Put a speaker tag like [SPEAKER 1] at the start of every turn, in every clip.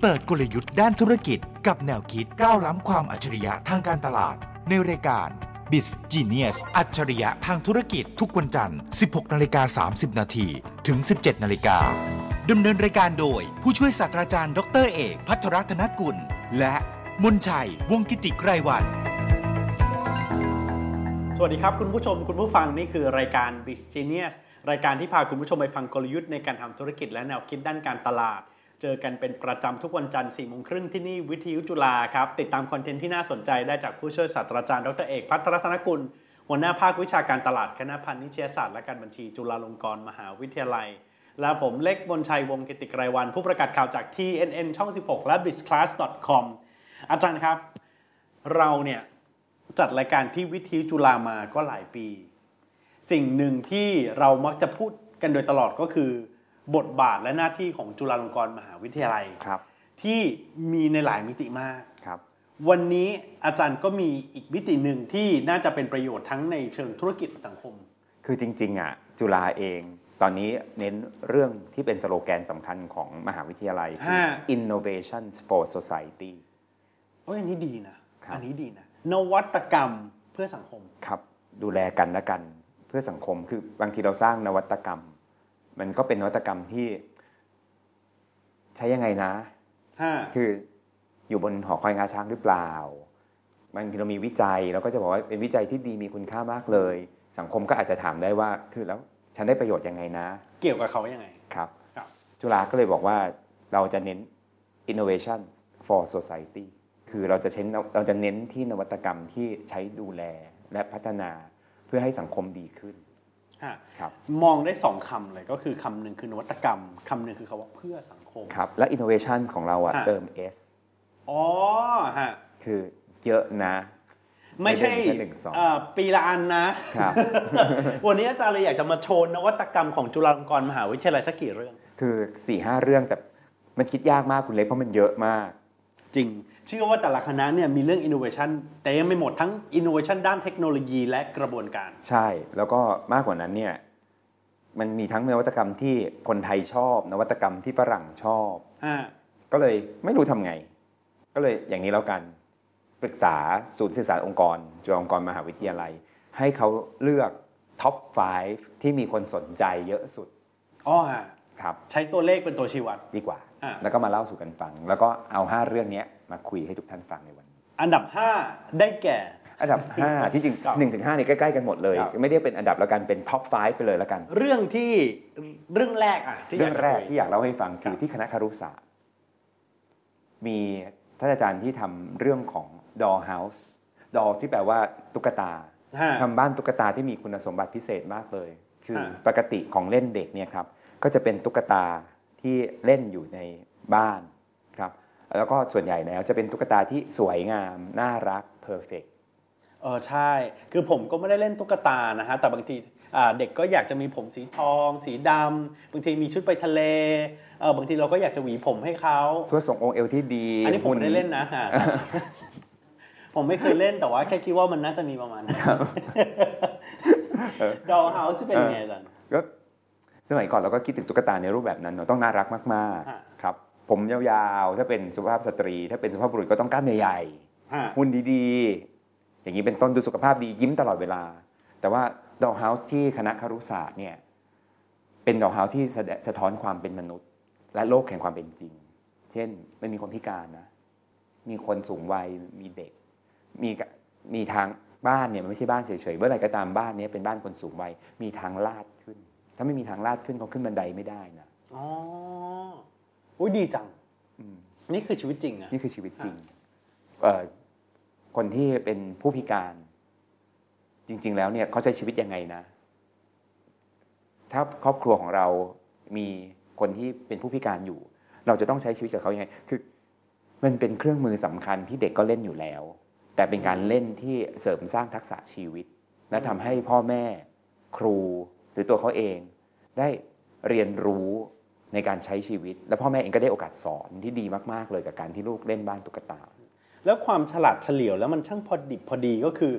[SPEAKER 1] เปิดกลยุทธ์ด้านธุรกิจกับแนวคิดก้าวล้ำความอัจฉริยะทางการตลาด ในรายการ b i z Genius อัจฉริยะทางธุรกิจทุกวันจันทร์ 16นาฬิกา30นาทีถึง 17นาฬิกาดำเนินรายการโดย ผู้ช่วยศาสตราจารย์ดรเอก พัทรรัตนกุล และมนชัย วงศ์กิติไกรวัน
[SPEAKER 2] สวัสดีครับ คุณผู้ชมคุณผู้ฟังนี่คือรายการ b u s i n e s s รายการที่พาคุณผู้ชมไปฟังกลยุทธ์ในการทำธุรกิจและแนวคิดด้านการตลาด เจอกันเป็นประจำทุกวันจันทร์4ี่โมงครึ่งที่นี่วิทยุจุฬาครับ ติดตามคอนเทนต์ที่น่าสนใจได้จากผู้ช่วยศาสตราจารย์ดรเอกพัฒรัตนกุล หัวหน้าภาควิชาการตลาดคณะพันนิชยศาสตร์และการบัญชีจุฬาลงกรณ์มหาวิทยาลัย และผมเล็กมนชัยวงศ์กิติไกรวัน ผู้ประกาศข่าวจาก TNN ช่อง 16 และ b i z c l a s s c o m อาจารย์ครับ เราเนี่ย จัดรายการที่วิทยุจุฬามาก็หลายปี สิ่งหนึ่งที่เรามักจะพูดกันโดยตลอดก็คือ บทบาทและหน้าที่ของจุฬาลงกรณ์มหาวิทยาลัย
[SPEAKER 3] ครับ
[SPEAKER 2] ที่มีในหลายมิติมาก
[SPEAKER 3] ครับ
[SPEAKER 2] วันนี้อาจารย์ก็มีอีกมิติหนึ่งที่น่าจะเป็นประโยชน์ทั้งในเชิงธุรกิจและสังคม
[SPEAKER 3] คือจริงๆอ่ะจุฬาเอง ตอนนี้เน้นเรื่องที่เป็นสโลแกนสำคัญของมหาวิทยาลัยคือ
[SPEAKER 2] ฮะ
[SPEAKER 3] innovation for society
[SPEAKER 2] โอ้ยอันนี้ดีนะ
[SPEAKER 3] ครับ
[SPEAKER 2] อันนี้ดีนะ นวัตกรรมเพื่อสังคม
[SPEAKER 3] ครับ ดูแลกันและกันเพื่อสังคมคือบางทีเราสร้างนวัตกรรม มันก็เป็นนวัตกรรมที่ ใช้ยังไงนะ คืออยู่บนหอคอยงาช้างหรือเปล่าบางทีเรามีวิจัยเราก็จะบอกว่าเป็นวิจัยที่ดีมีคุณค่ามากเลย สังคมก็อาจจะถามได้ว่า คือแล้วฉันได้ประโยชน์ยังไงนะ
[SPEAKER 2] เกี่ยวกับเขายังไง
[SPEAKER 3] ครับ
[SPEAKER 2] ครับ
[SPEAKER 3] จุฬาก็เลยบอกว่าเราจะเน้น innovation for society คือเราจะเน้นเราจะเน้นที่นวัตกรรมที่ใช้ดูแลและพัฒนาเพื่อให้สังคมดีขึ้น
[SPEAKER 2] ฮะ
[SPEAKER 3] ครับ
[SPEAKER 2] มองได้สองคำเลยก็คือคำหนึ่งคือนวัตกรรมคำหนึ่งคือคำว่าเพื่อสังคม
[SPEAKER 3] ครับ และ innovation ของเราอะ
[SPEAKER 2] ฮะ
[SPEAKER 3] เติม S
[SPEAKER 2] อ๋อฮะ
[SPEAKER 3] คือเยอะนะ
[SPEAKER 2] ไม่ใช่
[SPEAKER 3] ไม่ได้มีแค่หนึ่งสอง
[SPEAKER 2] เอ่อปีละอันนะ
[SPEAKER 3] ครับ
[SPEAKER 2] วันนี้อาจารย์เลยอยากจะมาโชว์นวัตกรรมของจุฬาลงกรณ์มหาวิทยาลัยสักกี่เรื่อง
[SPEAKER 3] คือ4ี่ห้าเรื่องแต่มันคิดยากมากคุณเล็กเพราะมันเยอะมาก
[SPEAKER 2] จริง เชื่อว่าแต่ละคณะเนี่ยมีเรื่อง innovation แต่ยังไม่หมดทั้ง innovation ด้านเทคโนโลยีและกระบวนการ
[SPEAKER 3] ใช่ แล้วก็มากกว่านั้นเนี่ย มันมีทั้งนวัตกรรมที่คนไทยชอบ นวัตกรรมที่ฝรั่งชอบ
[SPEAKER 2] อ่า
[SPEAKER 3] ก็เลยไม่รู้ทำไง ก็เลยอย่างนี้แล้วกันปรึกษาศูนย์สื่อสารองค์กร จุฬาลงกรณ์มหาวิทยาลัย ให้เขาเลือกท็อป 5 ที่มีคนสนใจเยอะสุด
[SPEAKER 2] อ๋อฮะ
[SPEAKER 3] ครับ
[SPEAKER 2] ใช้ตัวเลขเป็นตัวชี้วัด
[SPEAKER 3] ดีกว่า
[SPEAKER 2] อ่ะ
[SPEAKER 3] แล้วก็มาเล่าสู่กันฟัง แล้วก็เอา 5 เรื่องเนี้ยมาคุยให้ทุกท่านฟังในวันนี้
[SPEAKER 2] อันดับ 5 ได้แก่
[SPEAKER 3] อันดับ 5 ที่จริง
[SPEAKER 2] ครับ
[SPEAKER 3] 1นถึงห้าเนี่ยใกล้ ๆ กันหมดเลย
[SPEAKER 2] ครับ
[SPEAKER 3] ไม่ได้เป็นอันดับแล้วกันเป็นท็อป 5 ไปเลยแล้วกัน
[SPEAKER 2] เรื่องที่เรื่องแรกอ่ะที่อ
[SPEAKER 3] เรื่
[SPEAKER 2] ยา
[SPEAKER 3] อกง
[SPEAKER 2] จะ
[SPEAKER 3] แรก
[SPEAKER 2] คุย
[SPEAKER 3] ที่อยากเล่าให้ฟัง
[SPEAKER 2] ค
[SPEAKER 3] คือ
[SPEAKER 2] รับ
[SPEAKER 3] ที่คณะครุศาสตร์มีท่านอาจารย์ที่ทำเรื่องของ doll house doll ที่แปลว่าตุ๊กตา
[SPEAKER 2] ฮะ
[SPEAKER 3] ทำบ้านตุ๊กตาที่มีคุณสมบัติพิเศษมากเลย คือ
[SPEAKER 2] ฮะ
[SPEAKER 3] ปกติของเล่นเด็กเนี่ยครับ ก็จะเป็นตุ๊กตาที่เล่นอยู่ในบ้านครับ แล้วก็ส่วนใหญ่แล้วจะเป็นตุ๊กตาที่สวยงาม น่ารัก perfect
[SPEAKER 2] เออใช่ คือผมก็ไม่ได้เล่นตุ๊กตานะฮะ แต่บางทีอ่าเด็กก็อยากจะมีผมสีทอง สีดำบางทีมีชุดไปทะเลเออบางทีเราก็อยากจะหวีผมให้เขา
[SPEAKER 3] ส่วนทรงองค์เอวที่ดี
[SPEAKER 2] อันนี้ผม
[SPEAKER 3] หุ่
[SPEAKER 2] ไม่ได้เล่นนะฮะ ผมไม่เคยเล่นแต่ว่าแค่คิดว่ามันน่าจะมีประมาณนั้น ดอลเฮาส์เป็นยังไงล่ะ
[SPEAKER 3] ก็สมัยก่อนเราก็คิดถึงตุ๊กตาในรูปแบบนั้นเนอะต้องน่ารักมาก
[SPEAKER 2] ฮะ
[SPEAKER 3] ๆครับ ผมยาวๆ ถ้าเป็นสุภาพสตรี ถ้าเป็นสุภาพบุรุษก็ต้องกล้ามใหญ่
[SPEAKER 2] ฮะ
[SPEAKER 3] ๆหุ่นดีๆ อย่างนี้เป็นต้นดูสุขภาพดียิ้มตลอดเวลา แต่ว่าดอลเฮาส์ที่คณะครุศาสตร์เนี่ยเป็นดอลเฮาส์ที่แสดงสะท้อนความเป็นมนุษย์ และโลกแห่งความเป็นจริง เช่นมันมีคนพิการนะ มีคนสูงวัยมีเด็ก มีกะมีทางบ้านเนี่ยมันไม่ใช่บ้านเฉยๆเมื่อไหร่ก็ตามบ้านเนี้เป็นบ้านคนสูงวัยมีทางลาดขึ้น ถ้าไม่มีทางลาดขึ้นเขาขึ้นบันไดไม่ได้นะ
[SPEAKER 2] อ๋ออุ้ยดีจัง
[SPEAKER 3] อืม
[SPEAKER 2] นี่คือชีวิตจริงอะ
[SPEAKER 3] นี่คือชีวิตจริงเอ่อคนที่เป็นผู้พิการ จริง ๆ แล้วเนี่ยเขาใช้ชีวิตยังไงนะ ถ้าครอบครัวของเรามีคนที่เป็นผู้พิการอยู่ เราจะต้องใช้ชีวิตกับเขายังไง คือ มันเป็นเครื่องมือสำคัญที่เด็กก็เล่นอยู่แล้ว แต่เป็นการเล่นที่เสริมสร้างทักษะชีวิต และทำให้พ่อแม่ ครูหรือตัวเขาเอง ได้เรียนรู้ในการใช้ชีวิต และพ่อแม่เองก็ได้โอกาสสอนที่ดีมาก ๆ เลยกับการที่ลูกเล่นบ้านตุ๊กตา
[SPEAKER 2] แล้วความฉลาดเฉลียวแล้วมันช่างพอดิบพอดีก็คือ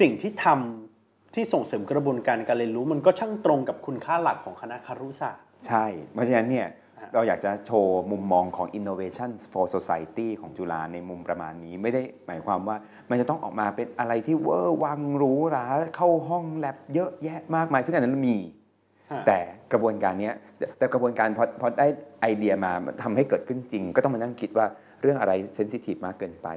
[SPEAKER 2] สิ่งที่ทำที่ส่งเสริมกระบวนการการเรียนรู้ มันก็ช่างตรงกับคุณค่าหลักของคณะคารุศาสตร์
[SPEAKER 3] ใช่ เพราะฉะนั้นเนี่ย
[SPEAKER 2] ฮะ
[SPEAKER 3] เราอยากจะโชว์มุมมองของ innovation for society ของจุฬาในมุมประมาณนี้ ไม่ได้หมายความว่ามันจะต้องออกมาเป็นอะไรที่เวอร์วังหรูหราเข้าห้องแลบเยอะแยะมากมาย ซึ่งอันนั้นมี
[SPEAKER 2] ฮะ
[SPEAKER 3] แต่กระบวนการเนี้ยแต่แต่กระบวนการพอพอได้ไอเดียมาทำให้เกิดขึ้นจริง ก็ต้องมานั่งคิดว่าเรื่องอะไรเซนซิทีฟมากเกินไป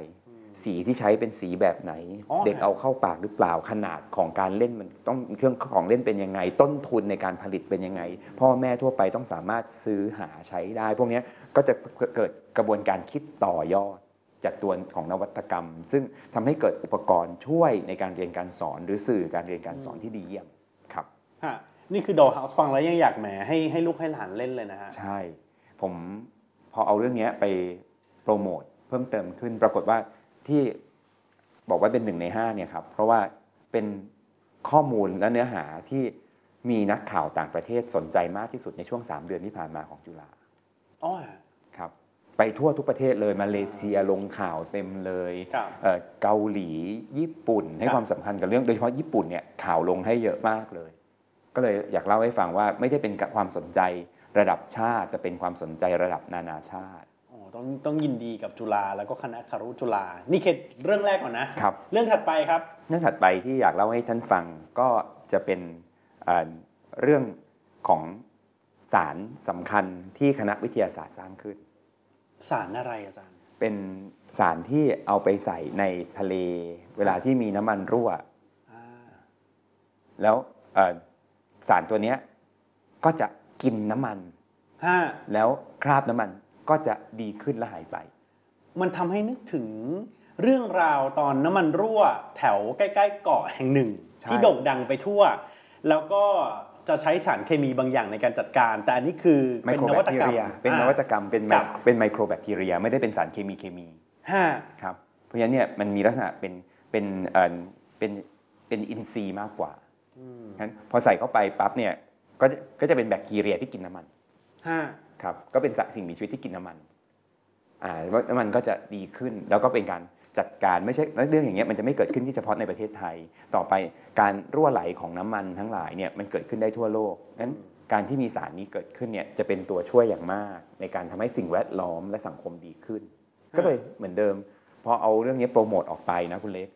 [SPEAKER 3] สีที่ใช้เป็นสีแบบไหน
[SPEAKER 2] อ๋อ
[SPEAKER 3] เด็กเอาเข้าปากหรือเปล่าขนาดของการเล่นมันต้องเครื่องของเล่นเป็นยังไง ต้นทุนในการผลิตเป็นยังไง พ่อแม่ทั่วไปต้องสามารถซื้อหาใช้ได้ พวกเนี้ยก็จะเกิดกระบวนการคิดต่อยอด จากตัวของนวัตกรรม ซึ่งทำให้เกิดอุปกรณ์ช่วยในการเรียนการสอน หรือสื่อการเรียนการสอนที่ดีเยี่ยมครับ
[SPEAKER 2] ฮะนี่คือดอ l เฮาส์ฟังแล้วยังอยากแหมให้ให้ลูกให้หลานเล่นเลยนะฮะ
[SPEAKER 3] ใช่ ผมพอเอาเรื่องเนี้ยไปโปรโมทเพิ่มเติมขึ้น ปรากฏว่าที่บอกว่าเป็นหนึ่งใน5เนี่ยครับเพราะว่าเป็นข้อมูลและเนื้อหาที่มีนักข่าวต่างประเทศสนใจมากที่สุดในช่วง 3 เดือนที่ผ่านมาของจุฬา
[SPEAKER 2] อ๋อ
[SPEAKER 3] ครับไปทั่วทุกประเทศเลยมาเลเซียลงข่าวเต็มเลย
[SPEAKER 2] ครับ
[SPEAKER 3] เอ่อเกาหลีญี่ปุ่น ให้
[SPEAKER 2] ครับ
[SPEAKER 3] ความสำคัญกับเรื่องโดยเฉพาะญี่ปุ่นเนี่ยข่าวลงให้เยอะมากเลย ก็เลยอยากเล่าให้ฟังว่าไม่ได้เป็นความสนใจระดับชาติ แต่เป็นความสนใจระดับนานาชาติ
[SPEAKER 2] โอ้ต้องต้องยินดีกับจุฬาแล้วก็คณะคารุจุฬานี่คือเรื่องแรกก่อนนะครับ เรื่องถัดไปครับ
[SPEAKER 3] เรื่องถัดไปที่อยากเล่าให้ท่านฟังก็จะเป็นเอ่อเรื่องของสารสำคัญที่คณะวิทยาศาสตร์สร้างขึ้น
[SPEAKER 2] สารอะไรอาจารย์
[SPEAKER 3] เป็นสารที่เอาไปใส่ในทะเล เวลาที่มีน้ำมันรั่ว
[SPEAKER 2] อ่า
[SPEAKER 3] แล้วเอ่อสารตัวเนี้ยก็จะกินน้ำมัน
[SPEAKER 2] ห้า
[SPEAKER 3] แล้วคราบน้ำมันก็จะดีขึ้นและหายไป
[SPEAKER 2] มันทำให้นึกถึงเรื่องราวตอนน้ำมันรั่วแถวใกล้ๆเกาะแห่งหนึ่ง
[SPEAKER 3] ใช่
[SPEAKER 2] ที่โด่งดังไปทั่ว แล้วก็จะใช้สารเคมีบางอย่างในการจัดการ แต่อันนี้คือ
[SPEAKER 3] ไม
[SPEAKER 2] เป็น
[SPEAKER 3] โค
[SPEAKER 2] น
[SPEAKER 3] รแบ
[SPEAKER 2] วั
[SPEAKER 3] ค
[SPEAKER 2] ต
[SPEAKER 3] ที
[SPEAKER 2] กรรม
[SPEAKER 3] เรีย เป็นน
[SPEAKER 2] อ่า
[SPEAKER 3] วัตกรรม เป็นไม
[SPEAKER 2] ครับ
[SPEAKER 3] เป็นไมโครแบคทีเรีย ไม่ได้เป็นสารเคมีเคมี
[SPEAKER 2] ห้า
[SPEAKER 3] ครับ เพราะฉะนั้นเนี่ยมันมีลักษณะเป็นเป็นเอ่อเป็นเป็นอินทรีย์มากกว่าฉะนั้นพอใส่เข้าไปปั๊บเนี่ยก็จะก็จะเป็นแบคทีเรียที่กินน้ำมัน
[SPEAKER 2] ห้า
[SPEAKER 3] ครับ ก็เป็นสะสิ่งมีชีวิตที่กินน้ำมันอ่าแล้วน้ำมันก็จะดีขึ้น แล้วก็เป็นการจัดการไม่ใช่แล้วเรื่องอย่างเงี้ยมันจะไม่เกิดขึ้นที่เฉพาะในประเทศไทย ต่อไปการรั่วไหลของน้ำมันทั้งหลายเนี่ยมันเกิดขึ้นได้ทั่วโลกนั้น การที่มีสารนี้เกิดขึ้นเนี่ยจะเป็นตัวช่วยอย่างมาก ในการทำให้สิ่งแวดล้อมและสังคมดีขึ้น ก็เลยเหมือนเดิม พอเอาเรื่องนี้โปรโมทออกไปนะคุณเล็ก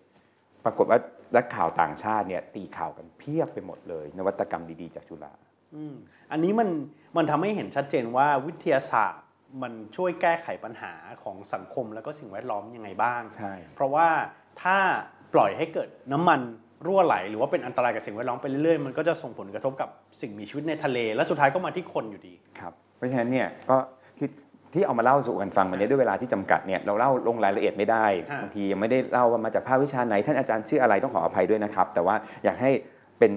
[SPEAKER 3] ปรากฏว่านักข่าวต่างชาติเนี่ยตีข่าวกันเพียบไปหมดเลย นวัตกรรมดีๆจากจุฬา
[SPEAKER 2] อืมอันนี้มันมันทำให้เห็นชัดเจนว่าวิทยาศาสตร์มันช่วยแก้ไขปัญหาของสังคมแล้วก็สิ่งแวดล้อมยังไงบ้าง
[SPEAKER 3] ใช่
[SPEAKER 2] เพราะว่าถ้าปล่อยให้เกิดน้ำมันรั่วไหล หรือว่าเป็นอันตรายกับสิ่งแวดล้อมไปเรื่อยๆมันก็จะส่งผลกระทบกับสิ่งมีชีวิตในทะเล และสุดท้ายก็มาที่คนอยู่ดี
[SPEAKER 3] ครับเพราะฉะนั้นเนี่ยก็ที่ที่เอามาเล่าสู่กันฟังวันนี้ด้วยเวลาที่จำกัดเนี่ยเราเล่าลงรายละเอียดไม่ได้
[SPEAKER 2] ฮะ
[SPEAKER 3] บางทียังไม่ได้เล่าว่ามาจากภาควิชาไหนท่านอาจารย์ชื่ออะไรต้องขออภัยด้วยนะครับ แต่ว่าอยากให้เป็น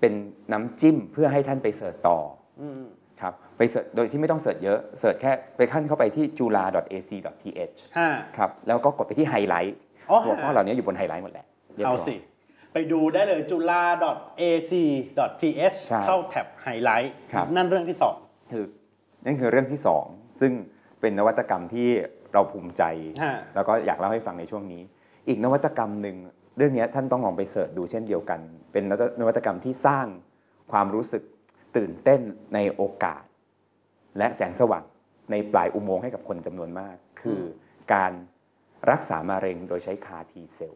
[SPEAKER 3] เป็นน้ำจิ้มเพื่อให้ท่านไปเสิร์ชต่อ
[SPEAKER 2] อืม
[SPEAKER 3] ครับไปเสิร์ชโดยที่ไม่ต้องเสิร์ชเยอะเสิร์ชแค่ไปขั้นเข้าไปที่ jula.ac.th
[SPEAKER 2] ห้า
[SPEAKER 3] ครับแล้วก็กดไปที่ไฮไลท์
[SPEAKER 2] อ๋อฮะ
[SPEAKER 3] หัวข้อเหล่านี้อยู่บนไฮไลท์หมดแหละรียบร้
[SPEAKER 2] เอา
[SPEAKER 3] ย
[SPEAKER 2] สิ ไปดูได้เลยจุฬา .ac.th
[SPEAKER 3] ใช่
[SPEAKER 2] เข้าแท็บไฮไลท์
[SPEAKER 3] ครับ
[SPEAKER 2] นั่นเรื่องที่สอง
[SPEAKER 3] คือนั่นคือเรื่องที่สองซึ่งเป็นนวัตกรรมที่เราภูมิใจ
[SPEAKER 2] ฮะ
[SPEAKER 3] แล้วก็อยากเล่าให้ฟังในช่วงนี้ อีกนวัตกรรมหนึ่งเรื่องเนี้ยท่านต้องลองไปเสิร์ชดูเช่นเดียวกัน เป็นนวัตนวัตกรรมที่สร้างความรู้สึกตื่นเต้นในโอกาส และแสงสว่างในปลายอุโมงค์ให้กับคนจำนวนมาก คือการรักษามะเร็งโดยใช้คาทีเซล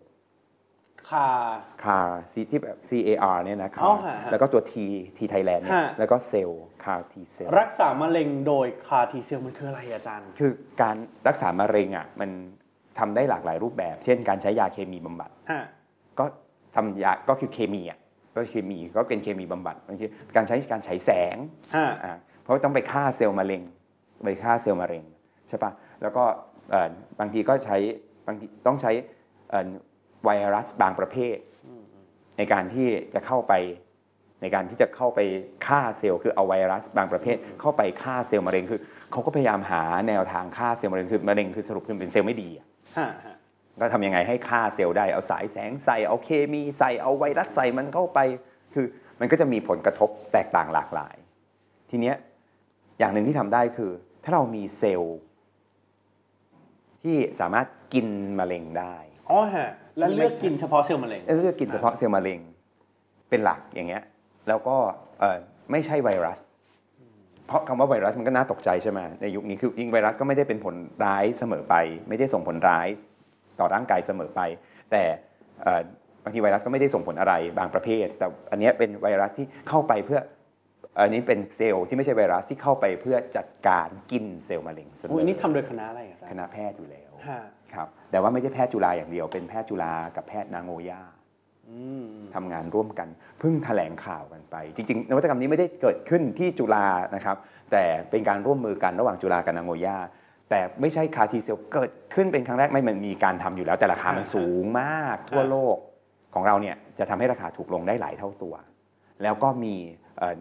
[SPEAKER 2] ค่ะ
[SPEAKER 3] คาร์ซีที่แบบ C A R เนี่ยนะครั
[SPEAKER 2] อ๋
[SPEAKER 3] บ
[SPEAKER 2] อฮะฮะ
[SPEAKER 3] แล้วก็ตัว T T Thailand เนี่ย
[SPEAKER 2] ฮะ
[SPEAKER 3] แล้วก็เซลล์คาร์ทีเซล
[SPEAKER 2] รักษามะเร็งโดยคาทีเซลมันคืออะไรอาจารย์
[SPEAKER 3] คือการรักษามะเร็งอ่ะมันทำได้หลากหลายรูปแบบ เช่นการใช้ยาเคมีบำบัด
[SPEAKER 2] ฮะ
[SPEAKER 3] ก็ทำยาก็คือเคมีอ่ะก็เคมีก็เป็นเคมีบำบัดบางทีการใช้การฉายแสง
[SPEAKER 2] ฮะ
[SPEAKER 3] อ่าเพราะต้องไปฆ่าเซลล์มะเร็งไปฆ่าเซลล์มะเร็งใช่ปะแล้วก็เอ่อบางทีก็ใช้บางทีต้องใช้เอ่อไวรัสบางประเภท ในการที่จะเข้าไปในการที่จะเข้าไปฆ่าเซลล์คือเอาไวรัสบางประเภท เข้าไปฆ่าเซลล์มะเร็งคือเขาก็พยายามหาแนวทางฆ่าเซลล์มะเร็งคือมะเร็งคือสรุปคือเป็นเซลล์ไม่ดีอะ
[SPEAKER 2] ฮะฮะ
[SPEAKER 3] ก็ทำยังไงให้ฆ่าเซลล์ได้ เอาสายแสงใส่ เอาเคมีใส่ เอาไวรัสใส่มันเข้าไป คือมันก็จะมีผลกระทบแตกต่างหลากหลาย ทีเนี้ยอย่างหนึ่งที่ทำได้คือ ถ้าเรามีเซลล์ที่สามารถกินมะเร็งได้
[SPEAKER 2] อ๋อฮะ แล้วเลือกกินเฉพาะเซลล์มะเร็ง
[SPEAKER 3] เลือกกินเฉพาะเซลล์มะเร็งเป็นหลักอย่างเงี้ย แล้วก็เอ่อไม่ใช่ไวรัส พ เพราะคำว่าไวรัสมันก็น่าตกใจใช่ไหมในยุคนี้คือจริงไวรัสก็ไม่ได้เป็นผลร้ายเสมอไป ไม่ได้ส่งผลร้ายต่อร่างกายเสมอไป แต่เอ่อบางทีไวรัสก็ไม่ได้ส่งผลอะไรบางประเภท แต่อันเนี้ยเป็นไวรัสที่เข้าไปเพื่ออันนี้เป็นเซลล์ที่ไม่ใช่ไวรัสที่เข้าไปเพื่อจัดการกินเซลล์มะเร็งเสม
[SPEAKER 2] อุ้ย
[SPEAKER 3] อ
[SPEAKER 2] นี่ทำโดยคณะอะไรอะอาจาร
[SPEAKER 3] ค
[SPEAKER 2] ย์
[SPEAKER 3] ณะแพทย์อยู่แล้ว
[SPEAKER 2] ฮะ
[SPEAKER 3] ครับแต่ว่าไม่ใช่แพทย์จุฬาอย่างเดียว เป็นแพทย์จุฬากับแพทย์นางโงยา
[SPEAKER 2] อืม
[SPEAKER 3] ทำงานร่วมกันเพิ่งแถลงข่าวกันไป จริงๆ นวัตกรรมนี้ไม่ได้เกิดขึ้นที่จุฬานะครับ แต่เป็นการร่วมมือกันระหว่างจุฬากับนางโงย่าแต่ไม่ใช่คาทีเซลเกิดขึ้นเป็นครั้งแรกไม่มันมีการทำอยู่แล้ว แต่ราคามันสูงมากทั่วโลกของเราเนี่ยจะทำให้ราคาถูกลงได้หลายเท่าตัว แล้วก็มีเอ่อ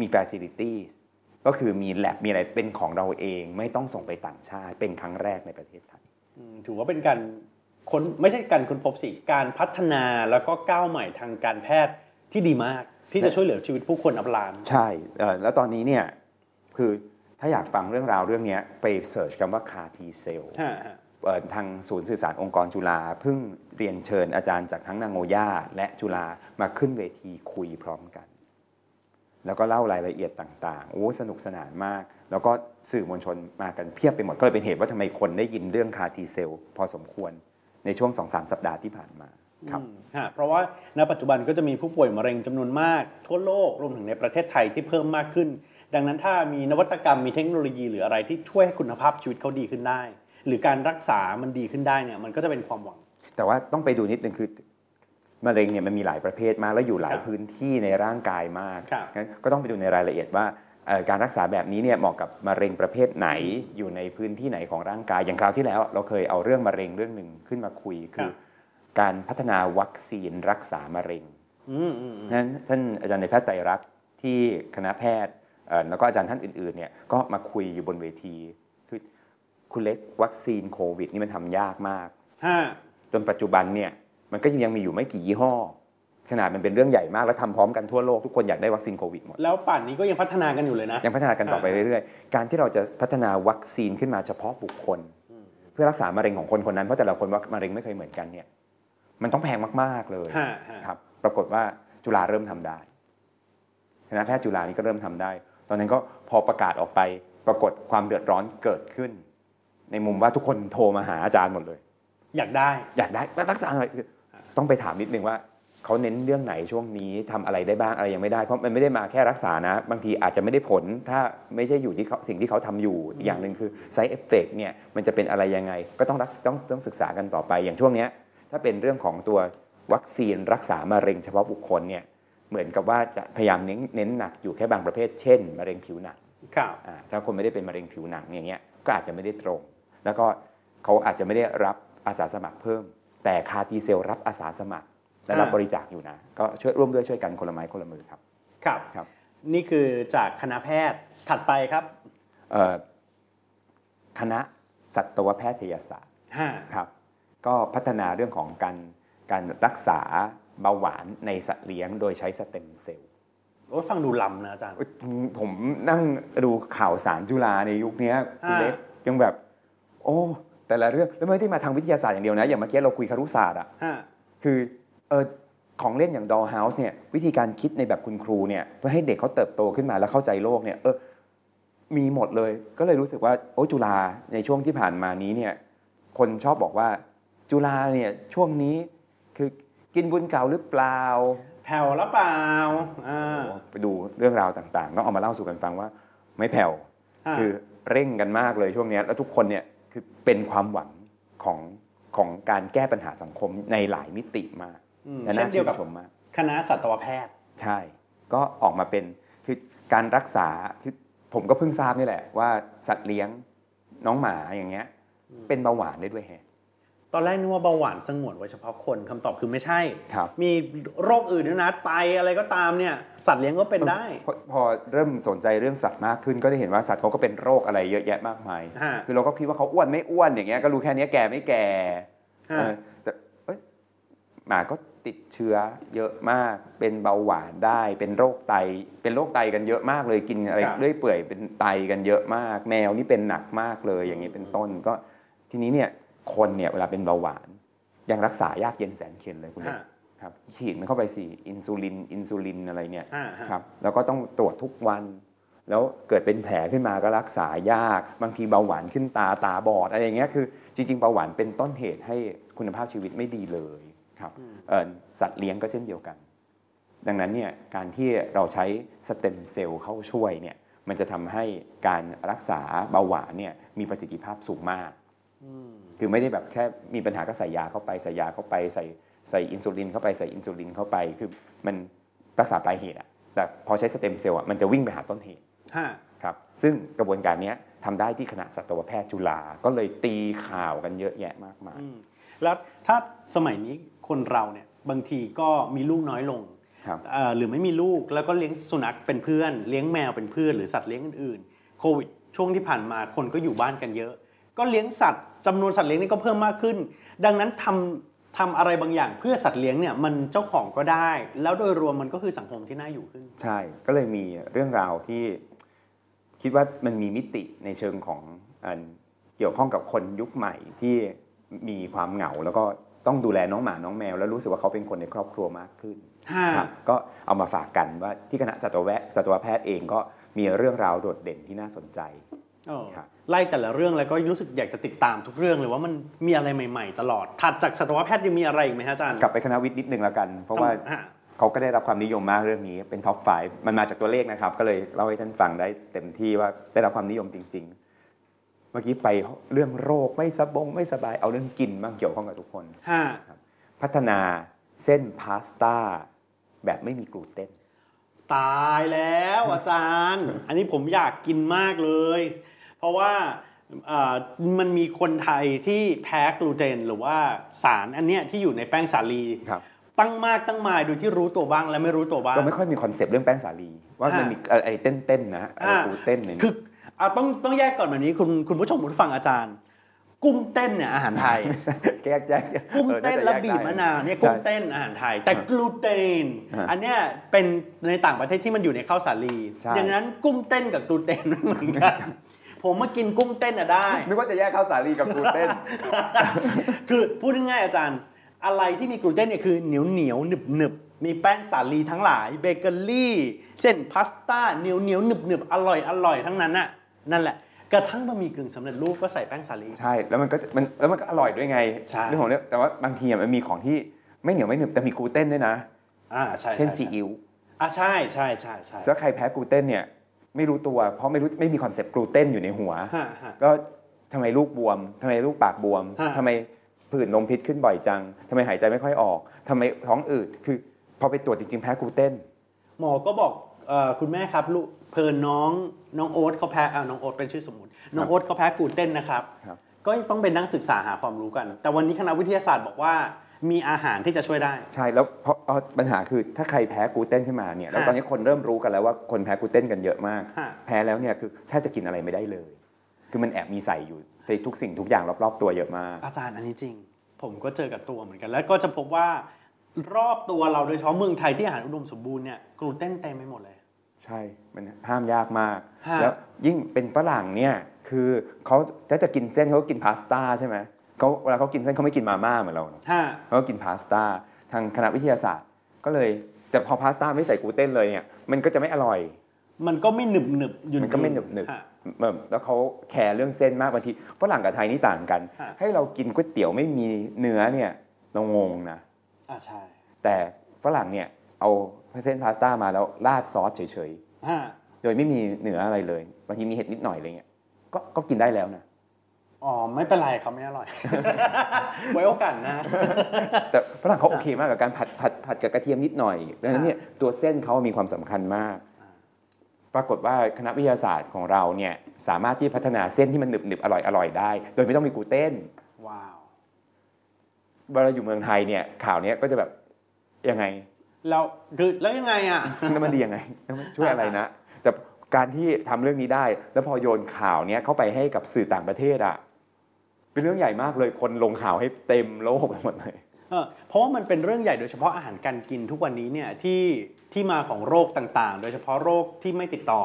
[SPEAKER 3] มี facilities ก็คือมี lab มีอะไรเป็นของเราเอง ไม่ต้องส่งไปต่างชาติ เป็นครั้งแรกในประเทศไทย
[SPEAKER 2] อืมถือว่าเป็นการคนไม่ใช่การคนพบสิการพัฒนาแล้วก็ก้าวใหม่ทางการแพทย์ที่ดีมากที่จะช่วยเหลือชีวิตผู้คนอับลาน
[SPEAKER 3] ใช่เอ่อแล้วตอนนี้เนี่ยคือถ้าอยากฟังเรื่องราวเรื่องเนี้ยไปเสิร์ชคำว่าคาทีเซล
[SPEAKER 2] ฮะฮะ
[SPEAKER 3] ทางศูนย์สื่อสารองค์กรจุฬาเพิ่งเรียนเชิญอาจารย์จากทั้งนางโงย่าและจุฬามาขึ้นเวทีคุยพร้อมกัน แล้วก็เล่ารายละเอียดต่างๆ โอ้สนุกสนานมาก แล้วก็สื่อมวลชนมากันเพียบไปหมด ก็เลยเป็นเหตุว่าทำไมคนได้ยินเรื่องคาทีเซลพอสมควรในช่วง 2-3 สัปดาห์ที่ผ่านมาครับ
[SPEAKER 2] อืมฮะเพราะว่าณปัจจุบันก็จะมีผู้ป่วยมะเร็งจำนวนมาก ทั่วโลกรวมถึงในประเทศไทยที่เพิ่มมากขึ้น ดังนั้นถ้ามีนวัตกรรมมีเทคโนโลยีหรืออะไรที่ช่วยให้คุณภาพชีวิตเขาดีขึ้นได้ หรือการรักษามันดีขึ้นได้เนี่ยมันก็จะเป็นความหวัง
[SPEAKER 3] แต่ว่าต้องไปดูนิดนึงคือมะเร็งเนี่ยมันมีหลายประเภทมากแล้วอยู่ห
[SPEAKER 2] ค
[SPEAKER 3] ลาย
[SPEAKER 2] รับ
[SPEAKER 3] พื้นที่ในร่างกายมาก
[SPEAKER 2] ครับ
[SPEAKER 3] งั้นก็ต้องไปดูในรายละเอียดว่าเอ่อการรักษาแบบนี้เนี่ยเหมาะกับมะเร็งประเภทไหนอยู่ในพื้นที่ไหนของร่างกาย อย่างคราวที่แล้ว เราเคยเอาเรื่องมะเร็งเรื่องหนึ่งขึ้นมาคุยคื
[SPEAKER 2] ครั
[SPEAKER 3] อ
[SPEAKER 2] บ
[SPEAKER 3] การพัฒนาวัคซีนรักษามะเร็ง
[SPEAKER 2] อืมอืมอืม
[SPEAKER 3] นั้นท่านอาจารย์ในายแพทย์ไตรรักษ์ที่คณะแพทย์เอ่อแล้วก็อาจารย์ท่านอื่นๆเนี่ยก็มาคุยอยู่บนเวทีคือคุณเล็กวัคซีนโควิดนี่มันทำยากมาก
[SPEAKER 2] ฮะ
[SPEAKER 3] จนปัจจุบันเนี่ยมันก็ยังมีอยู่ไม่กี่ยี่ห้อ ขนาดมันเป็นเรื่องใหญ่มาก แล้วทำพร้อมกันทั่วโลก ทุกคนอยากได้วัคซีนโควิดหมด
[SPEAKER 2] แล้วป่านนี้ก็ยังพัฒนากันอยู่เลยนะ
[SPEAKER 3] ยังพัฒนากันต่อไปเรื่อยๆ การที่เราจะพัฒนาวัคซีนขึ้นมาเฉพาะบุคคล เพื่อรักษามะเร็งของคนคนนั้นเพราะแต่ละคนว่ามะเร็งไม่เคยเหมือนกันเนี่ยมันต้องแพงมากๆเลย
[SPEAKER 2] ฮะฮะ
[SPEAKER 3] ครับปรากฏว่าจุฬาเริ่มทำได้คณะแพทย์จุฬานี่ก็เริ่มทำได้ ตอนนั้นก็พอประกาศออกไป ปรากฏความเดือดร้อนเกิดขึ้น ในมุมว่าทุกคนโทรมาหาอาจารย์หมดเลย
[SPEAKER 2] อยากได้
[SPEAKER 3] อยากได้รักษาหน่อยคือต้องไปถามนิดนึงว่าเขาเน้นเรื่องไหนช่วงนี้ทำอะไรได้บ้างอะไรยังไม่ได้เพราะมันไม่ได้มาแค่รักษานะ บางทีอาจจะไม่ได้ผลถ้าไม่ใช่อยู่ที่เขาสิ่งที่เขาทำอยู่อีกอย่างหนึ่งคือไซเอฟเฟกเนี่ยมันจะเป็นอะไรยังไง ก็ต้องรักต้องต้องศึกษากันต่อไปอย่างช่วงเนี้ยถ้าเป็นเรื่องของตัววัคซีนรักษามะเร็งเฉพาะบุคคลเนี่ยเหมือนกับว่าจะพยายามเน้นเน้นหนักอยู่แค่บางประเภทเช่นมะเร็งผิวหนัง
[SPEAKER 2] ครับ
[SPEAKER 3] อ่าถ้าคนไม่ได้เป็นมะเร็งผิวหนังอย่างเงี้ยก็อาจจะไม่ได้ตรง แล้วก็เขาอาจจะไม่ได้รับอาสาสมัครเพิ่ม แต่คาร์ตีเซลรับอาสาสมัครและรับ
[SPEAKER 2] อ่า
[SPEAKER 3] บริจาคอยู่นะ ก็ช่วยร่วมด้วยช่วยกันคนละไม้คนละมือครับ
[SPEAKER 2] ครับ
[SPEAKER 3] ครับ
[SPEAKER 2] นี่คือจากคณะแพทย์ถัดไปครับ
[SPEAKER 3] เอ่อคณะสัตวแพทยศาสตร์
[SPEAKER 2] ฮะ
[SPEAKER 3] ครับก็พัฒนาเรื่องของการการรักษาเบาหวานในสัตว์เลี้ยง โดยใช้สเต็มเซลล์
[SPEAKER 2] โอ้ยฟังดูลำนะอาจารย์
[SPEAKER 3] อุ๊ยผมนั่งดูข่าวสารจุฬาในยุคเนี้ยคุณ
[SPEAKER 2] อ่า
[SPEAKER 3] เล็กยังแบบ โอ้แต่ละเรื่องแล้วไม่ได้มาทางวิทยาศาสตร์อย่างเดียวนะ อย่างเมื่อกี้เราคุยครุศาสตร์อะ
[SPEAKER 2] ฮะ
[SPEAKER 3] คือเออของเล่นอย่างดอลเฮาส์เนี่ยวิธีการคิดในแบบคุณครูเนี่ยเพื่อให้เด็กเขาเติบโตขึ้นมาแล้วเข้าใจโลกเนี่ยเออมีหมดเลยก็เลยรู้สึกว่าโอ้จุฬาในช่วงที่ผ่านมานี้เนี่ยคนชอบบอกว่าจุฬาเนี่ยช่วงนี้คือกินบุญเก่าหรือเปล่า
[SPEAKER 2] แผ่วแล้วเปล่าอ่า
[SPEAKER 3] ไปดูเรื่องราวต่างๆแล้วเอามาเล่าสู่กันฟังว่าไม่แผ่ว
[SPEAKER 2] อ่า
[SPEAKER 3] คือเร่งกันมากเลยช่วงเนี้ยแล้วทุกคนเนี่ยคือเป็นความหวังของของการแก้ปัญหาสังคมในหลายมิติมาก
[SPEAKER 2] อืม
[SPEAKER 3] และ
[SPEAKER 2] เช่
[SPEAKER 3] น่าน
[SPEAKER 2] เดีย
[SPEAKER 3] ชื่
[SPEAKER 2] วกับ
[SPEAKER 3] นชมมาก
[SPEAKER 2] คณะสัตวแพทย์
[SPEAKER 3] ใช่ ก็ออกมาเป็นคือการรักษาคือผมก็เพิ่งทราบนี่แหละว่าสัตว์เลี้ยงน้องหมาอย่างเงี้ยเป็นเบาหวานได้ด้วยแฮะ
[SPEAKER 2] ตอนแรกนึกว่าเบาหวานสงวนไว้เฉพาะคนคำตอบคือไม่ใช่
[SPEAKER 3] ครับ
[SPEAKER 2] มีโรคอื่นด้วยนะไตอะไรก็ตามเนี่ย สัตว์เลี้ยงก็เป็นได้
[SPEAKER 3] พอพอเริ่มสนใจเรื่องสัตว์มากขึ้นก็ได้เห็นว่าสัตว์เขาก็เป็นโรคอะไรเยอะแยะมากมาย
[SPEAKER 2] ฮะ
[SPEAKER 3] คือเราก็คิดว่าเขาอ้วนไม่อ้วนอย่างเงี้ยก็รู้แค่เนี้ยแก่ไม่แก่
[SPEAKER 2] ฮะ
[SPEAKER 3] เออแต่เอ้ยหมาก็ติดเชื้อเยอะมาก เป็นเบาหวานได้ เป็นโรคไต เป็นโรคไตกันเยอะมากเลยกินอะไร
[SPEAKER 2] ครับ
[SPEAKER 3] เรื่อยเปื่อยเป็นไตกันเยอะมาก แมวนี่เป็นหนักมากเลยอย่างนี้เป็นต้นก็ทีนี้เนี่ยคนเนี่ยเวลาเป็นเบาหวาน ยังรักษายากเย็นแสนเข็ญเลยคุณเล็ก
[SPEAKER 2] ฮะ
[SPEAKER 3] ครับฉีดมันเข้าไปสิอินซูลินอินซูลินอะไรเนี่ย
[SPEAKER 2] ฮะฮะ
[SPEAKER 3] ครับแล้วก็ต้องตรวจทุกวัน แล้วเกิดเป็นแผลขึ้นมาก็รักษายาก บางทีเบาหวานขึ้นตาตาบอดอะไรอย่างเงี้ยคือจริงๆเบาหวานเป็นต้นเหตุให้คุณภาพชีวิตไม่ดีเลยครับเอ่อสัตว์เลี้ยงก็เช่นเดียวกัน ดังนั้นเนี่ยการที่เราใช้สเต็มเซลล์เข้าช่วยเนี่ยมันจะทำให้การรักษาเบาหวานเนี่ยมีประสิทธิภาพสูงมาก คือไม่ได้แบบแค่มีปัญหาก็ใส่ยาเข้าไปใส่ยาเข้าไปใส่ใส่อินซูลินเข้าไปใส่อินซูลินเข้าไปคือมันรักษาปลายเหตุอะแต่พอใช้สเต็มเซลล์อะมันจะวิ่งไปหาต้นเหตุ
[SPEAKER 2] ฮะ
[SPEAKER 3] ครับซึ่งกระบวนการเนี้ยทำได้ที่คณะสัตวแพทย์จุฬาก็เลยตีข่าวกันเยอะแยะมากมาย
[SPEAKER 2] อืมแล้วถ้าสมัยนี้คนเราเนี่ยบางทีก็มีลูกน้อยลง
[SPEAKER 3] ครับ
[SPEAKER 2] เอ่อหรือไม่มีลูกแล้วก็เลี้ยงสุนัขเป็นเพื่อน เลี้ยงแมวเป็นเพื่อนหรือสัตว์เลี้ยงอื่นๆโควิดช่วงที่ผ่านมาคนก็อยู่บ้านกันเยอะ ก็เลี้ยงสัตว์จำนวนสัตว์เลี้ยงนี่ก็เพิ่มมากขึ้น ดังนั้นทำทำอะไรบางอย่างเพื่อสัตว์เลี้ยงเนี่ยมันเจ้าของก็ได้ แล้วโดยรวมมันก็คือสังคมที่น่าอยู่ขึ้น
[SPEAKER 3] ใช่ ก็เลยมีเรื่องราวที่คิดว่ามันมีมิติในเชิงของอันเกี่ยวข้องกับคนยุคใหม่ที่มีความเหงา แล้วก็ต้องดูแลน้องหมาน้องแมว แล้วรู้สึกว่าเขาเป็นคนในครอบครัวมากขึ้น
[SPEAKER 2] ฮะ
[SPEAKER 3] ครับก็เอามาฝากกันว่าที่คณะสัตวแพทย์สัตวแพทย์เองก็มีเรื่องราวโดดเด่นที่น่าสนใจ
[SPEAKER 2] เออ
[SPEAKER 3] ครับ
[SPEAKER 2] ไล่แต่ละเรื่องแล้วก็รู้สึกอยากจะติดตามทุกเรื่องเลยว่ามันมีอะไรใหม่ ๆ ตลอด ถัดจากสัตวแพทย์ยังมีอะไรอีกไหมฮะอาจารย์
[SPEAKER 3] กลับไปคณะวิทย์นิดนึงแล้วกัน เพราะว่า
[SPEAKER 2] อ่ะ
[SPEAKER 3] เขาก็ได้รับความนิยมมากเรื่องนี้เป็นท็อป 5 มันมาจากตัวเลขนะครับ ก็เลยเล่าให้ท่านฟังได้เต็มที่ว่าได้รับความนิยมจริง ๆ เมื่อกี้ไปเรื่องโรคไม่สบงไม่สบายเอาเรื่องกินบ้างเกี่ยวข้องกับทุกคน
[SPEAKER 2] ห้า
[SPEAKER 3] พัฒนาเส้นพาสต้าแบบไม่มีกลูเตน
[SPEAKER 2] ตาย แล้วอาจารย์ อันนี้ผมอยากกินมากเลย เพราะว่าเอ่อมันมีคนไทยที่แพ้กลูเตนหรือว่าสารอันเนี้ยที่อยู่ในแป้งสาลี
[SPEAKER 3] ครับ
[SPEAKER 2] ตั้งมากตั้งมายโดยที่รู้ตัวบ้างและไม่รู้ตัวบ้าง
[SPEAKER 3] ก็ไม่ค่อยมีคอนเซปต์เรื่องแป้งสาลี ว่ามัน
[SPEAKER 2] ฮะ
[SPEAKER 3] มีอะไรเต้นๆนะอะไร
[SPEAKER 2] อ่าก
[SPEAKER 3] ลูเตนเนี่ย
[SPEAKER 2] คือเอาต้องต้องแยกก่อนแบบนี้คุณคุณผู้ชมคุณฟังอาจารย์ กุ้งเต้นเนี่ยอาหารไทย
[SPEAKER 3] แก้แยกแยก
[SPEAKER 2] กุ้ง
[SPEAKER 3] ออ
[SPEAKER 2] เต้น
[SPEAKER 3] จ
[SPEAKER 2] และ
[SPEAKER 3] ยก
[SPEAKER 2] บีบ
[SPEAKER 3] ได้
[SPEAKER 2] มะนาวเนี่ยกุ้ง
[SPEAKER 3] ใช่
[SPEAKER 2] เต้นอาหารไทย แต่
[SPEAKER 3] ฮะ
[SPEAKER 2] กลูเตน
[SPEAKER 3] ฮะ
[SPEAKER 2] อันเนี้ยเป็นในต่างประเทศที่มันอยู่ในข้าวสาลี
[SPEAKER 3] ใช่
[SPEAKER 2] อย่างนั้นกุ้งเต้นกับกลูเตนไม่เหมือน กันผมมากินกุ้งเต้นอะได้
[SPEAKER 3] นึกว่าจะแยกข้าวสาลีกับกลูเตน
[SPEAKER 2] คือพูดง่ายๆอาจารย์ อะไรที่มีกลูเตนเนี่ยคือเหนียวเหนียวหนึบหนึบๆ มีแป้งสาลีทั้งหลายเบเกอรี่เส้นพาสต้าเหนียวเหนียวหนึบหนึบๆอร่อยอร่อยทั้งนั้นน่ะนั่นแหละกระทั่งบะหมี่กึ่งสำเร็จรูปก็ใส่แป้งสาลี
[SPEAKER 3] ใช่ แล้วมันก็จะมันแล้วมันก็อร่อยด้วยไง
[SPEAKER 2] ใช่
[SPEAKER 3] เรื่องของเรื่องแต่ว่าบางทีอะมันมีของที่ไม่เหนียวไม่หนึบแต่มีกลูเตนด้วยนะ
[SPEAKER 2] อ่าใช่ใช่
[SPEAKER 3] เช่นซีอิ๊ว
[SPEAKER 2] อ่าใช่ใช่ใช่ใช่
[SPEAKER 3] ถ้าใครแพ้กลูเตนเนี่ยไม่รู้ตัว เพราะไม่รู้ไม่มีคอนเซปต์กลูเตนอยู่ในหัว
[SPEAKER 2] ฮะฮะ
[SPEAKER 3] ก็ทำไมลูกบวมทำไมลูกปากบวม
[SPEAKER 2] ฮะ
[SPEAKER 3] ทำไมผื่นลมพิษขึ้นบ่อยจังทำไมหายใจไม่ค่อยออกทำไมท้องอืดคือพอไปตรวจจริงๆแพ้กลูเตน
[SPEAKER 2] หมอก็บอกเออคุณแม่ครับลูกเพลินน้องน้องโอ๊ตเขาแพ้อ่าน้องโอ๊ตเป็นชื่อสมมุติน้องโอ๊ตเขาแพ้กลูเต้นนะครับ
[SPEAKER 3] ครับ
[SPEAKER 2] ก็ต้องไปนั่งศึกษาหาความรู้กัน แต่วันนี้คณะวิทยาศาสตร์บอกว่ามีอาหารที่จะช่วยได้
[SPEAKER 3] ใช่แล้วเพราะเอาปัญหาคือถ้าใครแพ้กลูเตนขึ้นมาเนี่ยแล้ว
[SPEAKER 2] ฮะ
[SPEAKER 3] ตอนนี้คนเริ่มรู้กันแล้วว่าคนแพ้กลูเตนกันเยอะมาก
[SPEAKER 2] ฮะ
[SPEAKER 3] แพ้แล้วเนี่ยคือแทบจะกินอะไรไม่ได้เลย คือมันแอบมีใส่อยู่ในทุกสิ่งทุกอย่างรอบๆตัวเยอะมาก
[SPEAKER 2] อาจารย์อันนี้จริง ผมก็เจอกับตัวเหมือนกัน แล้วก็จะพบว่ารอบตัวเราโดยเฉพาะเมืองไทยที่อาหารอุดมสมบูรณ์เนี่ยกลูเต้นเต็มไปหมดเลย
[SPEAKER 3] ใช่มันห้ามยากมาก
[SPEAKER 2] ฮะ
[SPEAKER 3] แล้วยิ่งเป็นฝรั่งเนี่ยคือเขาถ้าจะกินเส้นเขาก็กินพาสต้าใช่ไหมเขาเวลาเขากินเส้นเขาไม่กินมาม่าเหมือนเราเนอะ
[SPEAKER 2] ถ้า
[SPEAKER 3] เขาก็กินพาสต้าทางคณะวิทยาศาสตร์ ก็เลยแต่พอพาสต้าไม่ใส่กลูเตนเลยเนี่ยมันก็จะไม่อร่อย
[SPEAKER 2] มันก็ไม่หนึบหนึบๆหยุ่นๆ
[SPEAKER 3] มันก็ไม่หนึบหนึบ
[SPEAKER 2] ฮะ
[SPEAKER 3] แบบแล้วเขาแคร์เรื่องเส้นมากบางทีฝรั่งกับไทยนี่ต่างกัน
[SPEAKER 2] ฮะ
[SPEAKER 3] ให้เรากินก๋วยเตี๋ยวไม่มีเนื้อเนี่ยเรางงนะ
[SPEAKER 2] อ่าใช่
[SPEAKER 3] แต่ฝรั่งเนี่ยเอาเส้นพาสต้ามาแล้วราดซอสเฉย
[SPEAKER 2] ฮะ
[SPEAKER 3] ๆ โดยไม่มีเนื้ออะไรเลย บางทีมีเห็ดนิดหน่อยอะไรเงี้ยก็ก็กินได้แล้วนะ
[SPEAKER 2] อ๋อไม่เป็นไรครับไม่อร่อย ไว้โอกาสหนะ
[SPEAKER 3] แต่ฝรั่งเขาโอเคมากกับการผัดผัดผัดกับกระเทียมนิดหน่อย ดังนั้นเนี่ยตัวเส้นเขามีความสำคัญมาก ปรากฏว่าคณะวิทยาศาสตร์ของเราเนี่ยสามารถที่พัฒนาเส้นที่มันหนึบหนึบๆอร่อยอร่อยๆได้ โดยไม่ต้องมีกลูเตน
[SPEAKER 2] ว้าว
[SPEAKER 3] เวลาอยู่เมืองไทยเนี่ยข่าวเนี้ยก็จะแบบยังไง
[SPEAKER 2] แล้วคือแล้วยังไงอ่ะ
[SPEAKER 3] น้ำมันดียังไงน้ำมันช่วยอะไรนะ แต่การที่ทำเรื่องนี้ได้ แล้วพอโยนข่าวเนี้ยเข้าไปให้กับสื่อต่างประเทศอ่ะเป็นเรื่องใหญ่มากเลยคนลงข่าวให้เต็มโลกไปหมดเลย
[SPEAKER 2] เออเพราะว่ามันเป็นเรื่องใหญ่โดยเฉพาะอาหารการกินทุกวันนี้เนี่ยที่ที่มาของโรคต่างๆ โดยเฉพาะโรคที่ไม่ติดต่อ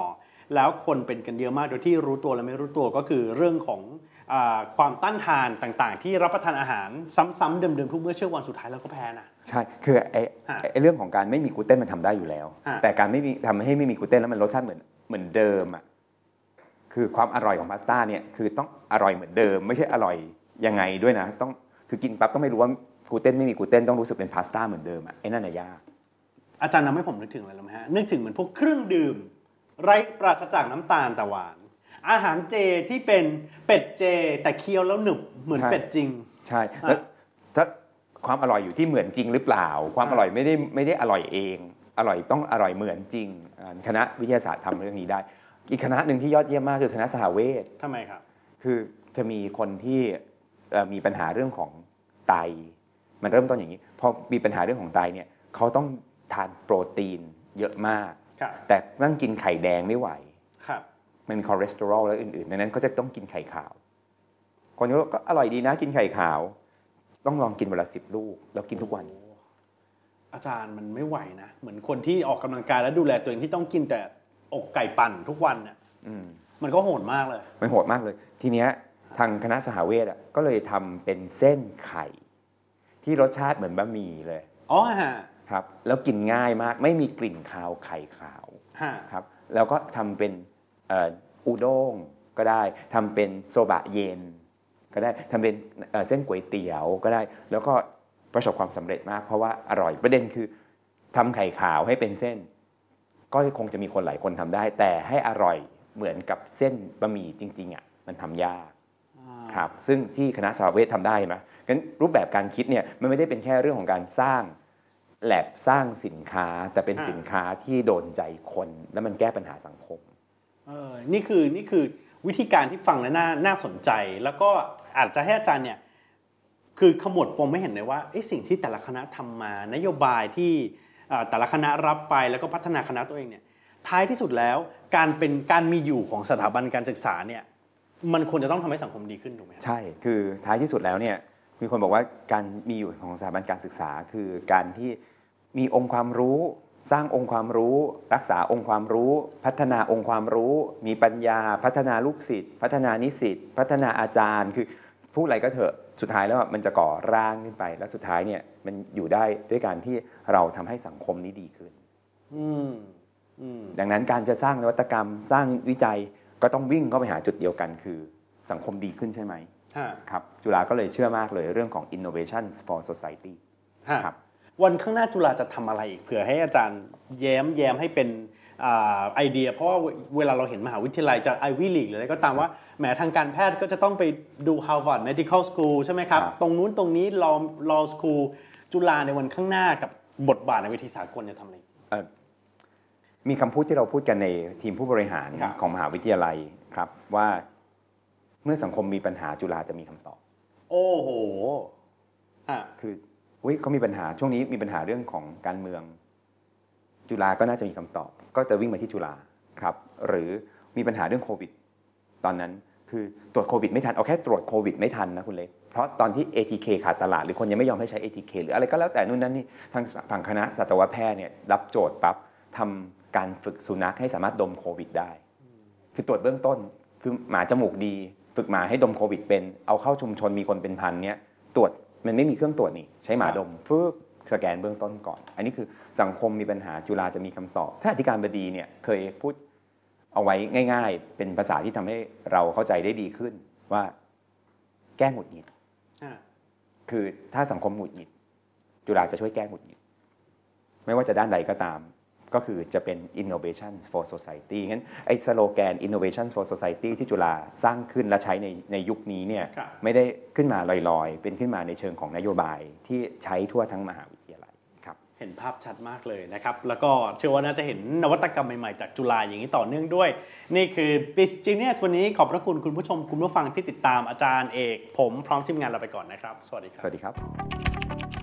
[SPEAKER 2] แล้วคนเป็นกันเยอะมากโดยที่รู้ตัวและไม่รู้ตัวก็คือเรื่องของอาความต้านทานต่างๆ ที่รับประทานอาหารซ้ำๆเดิมๆทุกเมื่อเชื่อวันสุดท้ายแล้วก็แพ้นะ
[SPEAKER 3] ใช่คือไอ้
[SPEAKER 2] ฮะ
[SPEAKER 3] ไอ้เรื่องของการไม่มีกลูเตนมันทำได้อยู่แล้ว
[SPEAKER 2] ฮะ
[SPEAKER 3] แต่การไม่มีทำให้ไม่มีกลูเตนแล้วมันรสชาติเหมือน เหมือนเดิมอ่ะคือความอร่อยของพาสต้าเนี่ยคือต้องอร่อยเหมือนเดิม ไม่ใช่อร่อยยังไงด้วยนะ ต้องคือกินปั๊บต้องไม่รู้ว่ากลูเตนไม่มีกลูเตนต้องรู้สึกเป็นพาสต้าเหมือนเดิมอ่ะไอ้นั่นน่ะยาก
[SPEAKER 2] อาจารย์ทำให้ผมนึกถึงอะไรรู้ไหมฮะ นึกถึงเหมือนพวกเครื่องดื่ม ไร้ปราศจากน้ำตาลแต่หวาน อาหารเจที่เป็นเป็ดเจแต่เคี้ยวแล้วหนึบเหมือน
[SPEAKER 3] ใช่
[SPEAKER 2] เป็ดจริง
[SPEAKER 3] ใช่แล้วถ้าความอร่อยอยู่ที่เหมือนจริงหรือเปล่า ความอร่อยไม่ได้ไม่ได้อร่อยเอง อร่อยต้องอร่อยเหมือนจริงอ่าคณะวิทยาศาสตร์ทำเรื่องนี้ได้ อีกคณะหนึ่งที่ยอดเยี่ยมมากคือคณะสหเวช
[SPEAKER 2] ทำไมครับ
[SPEAKER 3] คือจะมีคนที่เอ่อมีปัญหาเรื่องของไต มันเริ่มต้นอย่างนี้ พอมีปัญหาเรื่องของไตเนี่ยเขาต้องทานโปรตีนเยอะมาก
[SPEAKER 2] ครับ
[SPEAKER 3] แต่นั่งกินไข่แดงไม่ไหว
[SPEAKER 2] ครับ
[SPEAKER 3] มันมีคอเลสเตอรอลและอื่นๆดังนั้นเขาจะต้องกินไข่ขาว คนก็บอกก็อร่อยดีนะกินไข่ขาว ต้องลองกินวันละสิบลูก แล้วกินทุกวัน
[SPEAKER 2] อาจารย์มันไม่ไหวนะ เหมือนคนที่ออกกำลังกายและดูแลตัวเองที่ต้องกินแต่อกไก่ปั่นทุกวันน่ะ
[SPEAKER 3] อืม
[SPEAKER 2] มันก็โหดมากเลย
[SPEAKER 3] มันโหดมากเลย ทีเนี้ยทางคณะสหเวชอะก็เลยทำเป็นเส้นไข่ ที่รสชาติเหมือนบะหมี่เลย
[SPEAKER 2] อ๋อฮะ
[SPEAKER 3] ครับ แล้วกินง่ายมากไม่มีกลิ่นคาวไข่ขาว
[SPEAKER 2] ฮะ
[SPEAKER 3] ครับ แล้วก็ทำเป็นเอ่ออุด้งก็ได้ทำเป็นโซบะเย็น ก็ได้ทำเป็นเอ่อเส้นก๋วยเตี๋ยวก็ได้ แล้วก็ประสบความสำเร็จมาก เพราะว่าอร่อยประเด็นคือทำไข่ขาวให้เป็นเส้น ก็คงจะมีคนหลายคนทำได้ แต่ให้อร่อยเหมือนกับเส้นบะหมี่จริงๆอ่ะมันทำยาก ครับซึ่งที่คณะสาเวททำได้เห็นไหมงั้นรูปแบบการคิดเนี่ยมันไม่ได้เป็นแค่เรื่องของการสร้างแลบสร้างสินค้า แต่เป็นสินค้าที่โดนใจคน และมันแก้ปัญหาสังคม
[SPEAKER 2] เออนี่คือนี่คือวิธีการที่ฟังแล้วน่าน่าสนใจ แล้วก็อาจจะให้อาจารย์เนี่ยคือขมวดปมไม่เห็นเลยว่าเอะสิ่งที่แต่ละคณะทำมานโยบายที่เอ่อแต่ละคณะรับไปแล้วก็พัฒนาคณะตัวเองเนี่ยท้ายที่สุดแล้วการเป็นการมีอยู่ของสถาบันการศึกษาเนี่ยมันควรจะต้องทำให้สังคมดีขึ้นถูกไหมครับ
[SPEAKER 3] ใช่คือท้ายที่สุดแล้วเนี่ยมีคนบอกว่าการมีอยู่ของสถาบันการศึกษา คือการที่มีองค์ความรู้ สร้างองค์ความรู้ รักษาองค์ความรู้ พัฒนาองค์ความรู้ มีปัญญา พัฒนาลูกศิษย์พัฒนานิสิตพัฒนาอาจารย์ คือพูดอะไรก็เถอะสุดท้ายแล้วอะมันจะก่อร่างขึ้นไป แล้วสุดท้ายเนี่ยมันอยู่ได้ด้วยการที่เราทำให้สังคมนี้ดีขึ้น
[SPEAKER 2] อืมอืม
[SPEAKER 3] ดังนั้นการจะสร้างนวัตกรรม สร้างวิจัยก็ต้องวิ่งเข้าไปหาจุดเดียวกัน คือสังคมดีขึ้นใช่ไหม
[SPEAKER 2] ฮะ
[SPEAKER 3] ครับจุฬาก็เลยเชื่อมากเลยเรื่องของ innovation for society
[SPEAKER 2] ฮะ
[SPEAKER 3] ครับ
[SPEAKER 2] วันข้างหน้าจุฬาจะทำอะไรอีกเผื่อให้อาจารย์แย้มแย้มให้เป็นอ่าไอเดีย เพราะว่าเวลาเราเห็นมหาวิทยาลัยจากไอวิลีกหรืออะไรก็ตามว่าแหมทางการแพทย์ก็จะต้องไปดู Harvard Medical School ใช่ไหมครับ
[SPEAKER 3] ครับ
[SPEAKER 2] ตรงนู้นตรงนี้ Law Law School จุฬาในวันข้างหน้ากับบทบาทในเวทีสากลจะทำอะไร
[SPEAKER 3] เอ่อมีคำพูดที่เราพูดกันในทีมผู้บริหาร
[SPEAKER 2] ครับ
[SPEAKER 3] ของมหาวิทยาลัยครับว่าเมื่อสังคมมีปัญหาจุฬาจะมีคำตอบ
[SPEAKER 2] โอ้โหฮะ
[SPEAKER 3] คือเฮ้ยเขามีปัญหาช่วงนี้มีปัญหาเรื่องของการเมือง จุฬาก็น่าจะมีคำตอบ ก็จะวิ่งมาที่จุฬาครับหรือมีปัญหาเรื่องโควิด ตอนนั้นคือตรวจโควิดไม่ทันเอาแค่ตรวจโควิดไม่ทันนะคุณเล็กเพราะตอนที่ ATK ขาดตลาดหรือคนยังไม่ยอมให้ใช้ ATK หรืออะไรก็แล้วแต่นู่นนั่นนี่ทางฝั่งคณะสัตวแพทย์เนี่ยรับโจทย์ปั๊บทำการฝึกสุนัขให้สามารถดมโควิดได้ คือตรวจเบื้องต้นคือหมาจมูกดี ฝึกหมาให้ดมโควิดเป็นเอาเข้าชุมชนมีคนเป็นพันเนี่ยตรวจมันไม่มีเครื่องตรวจนี่ ใช้หมาดมฟึบสแกนเบื้องต้นก่อน อันนี้คือสังคมมีปัญหาจุฬาจะมีคำตอบ ถ้าอธิการบดีเนี่ยเคยพูดเอาไว้ง่าย ๆ เป็นภาษาที่ทำให้เราเข้าใจได้ดีขึ้นว่าแก้หงุดหงิด
[SPEAKER 2] ฮะ
[SPEAKER 3] คือถ้าสังคมหงุดหงิด จุฬาจะช่วยแก้หงุดหงิด ไม่ว่าจะด้านใดก็ตาม ก็คือจะเป็น innovation for society งั้นไอ้สโลแกน innovation for society ที่จุฬาสร้างขึ้นและใช้ในในยุคนี้เนี่ย
[SPEAKER 2] ครับ
[SPEAKER 3] ไม่ได้ขึ้นมาลอยๆ เป็นขึ้นมาในเชิงของนโยบายที่ใช้ทั่วทั้งมหาวิทยาลัยครับ
[SPEAKER 2] เห็นภาพชัดมากเลยนะครับ แล้วก็เชื่อว่าน่าจะเห็นนวัตกรรมใหม่ ๆ จากจุฬาอย่างนี้ต่อเนื่องด้วย นี่คือ b i z Genius วันนี้ขอบพระคุณคุณผู้ชม คุณผู้ฟังที่ติดตามอาจารย์เอก ผมพร้อมทีมงานเราไปก่อนนะครับ สวัสดีค
[SPEAKER 3] ส
[SPEAKER 2] รับ
[SPEAKER 3] วัสดีครับ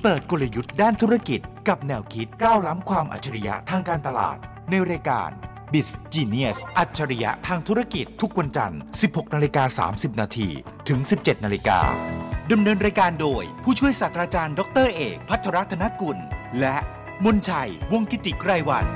[SPEAKER 1] เปิดกลยุทธ์ด้านธุรกิจกับแนวคิดก้าวล้ำความอัจฉริยะทางการตลาด ในรายการ b i z Genius อัจฉริยะทางธุรกิจทุกวันจันทร์ 16นาฬิกา30 นาทีถึง 17นาฬิกาดำเนินรายการโดย ผู้ช่วยศาสตราจารย์ดรเอก พัทรรัตนกุล และมนชัย วงศ์กิติไกรวัน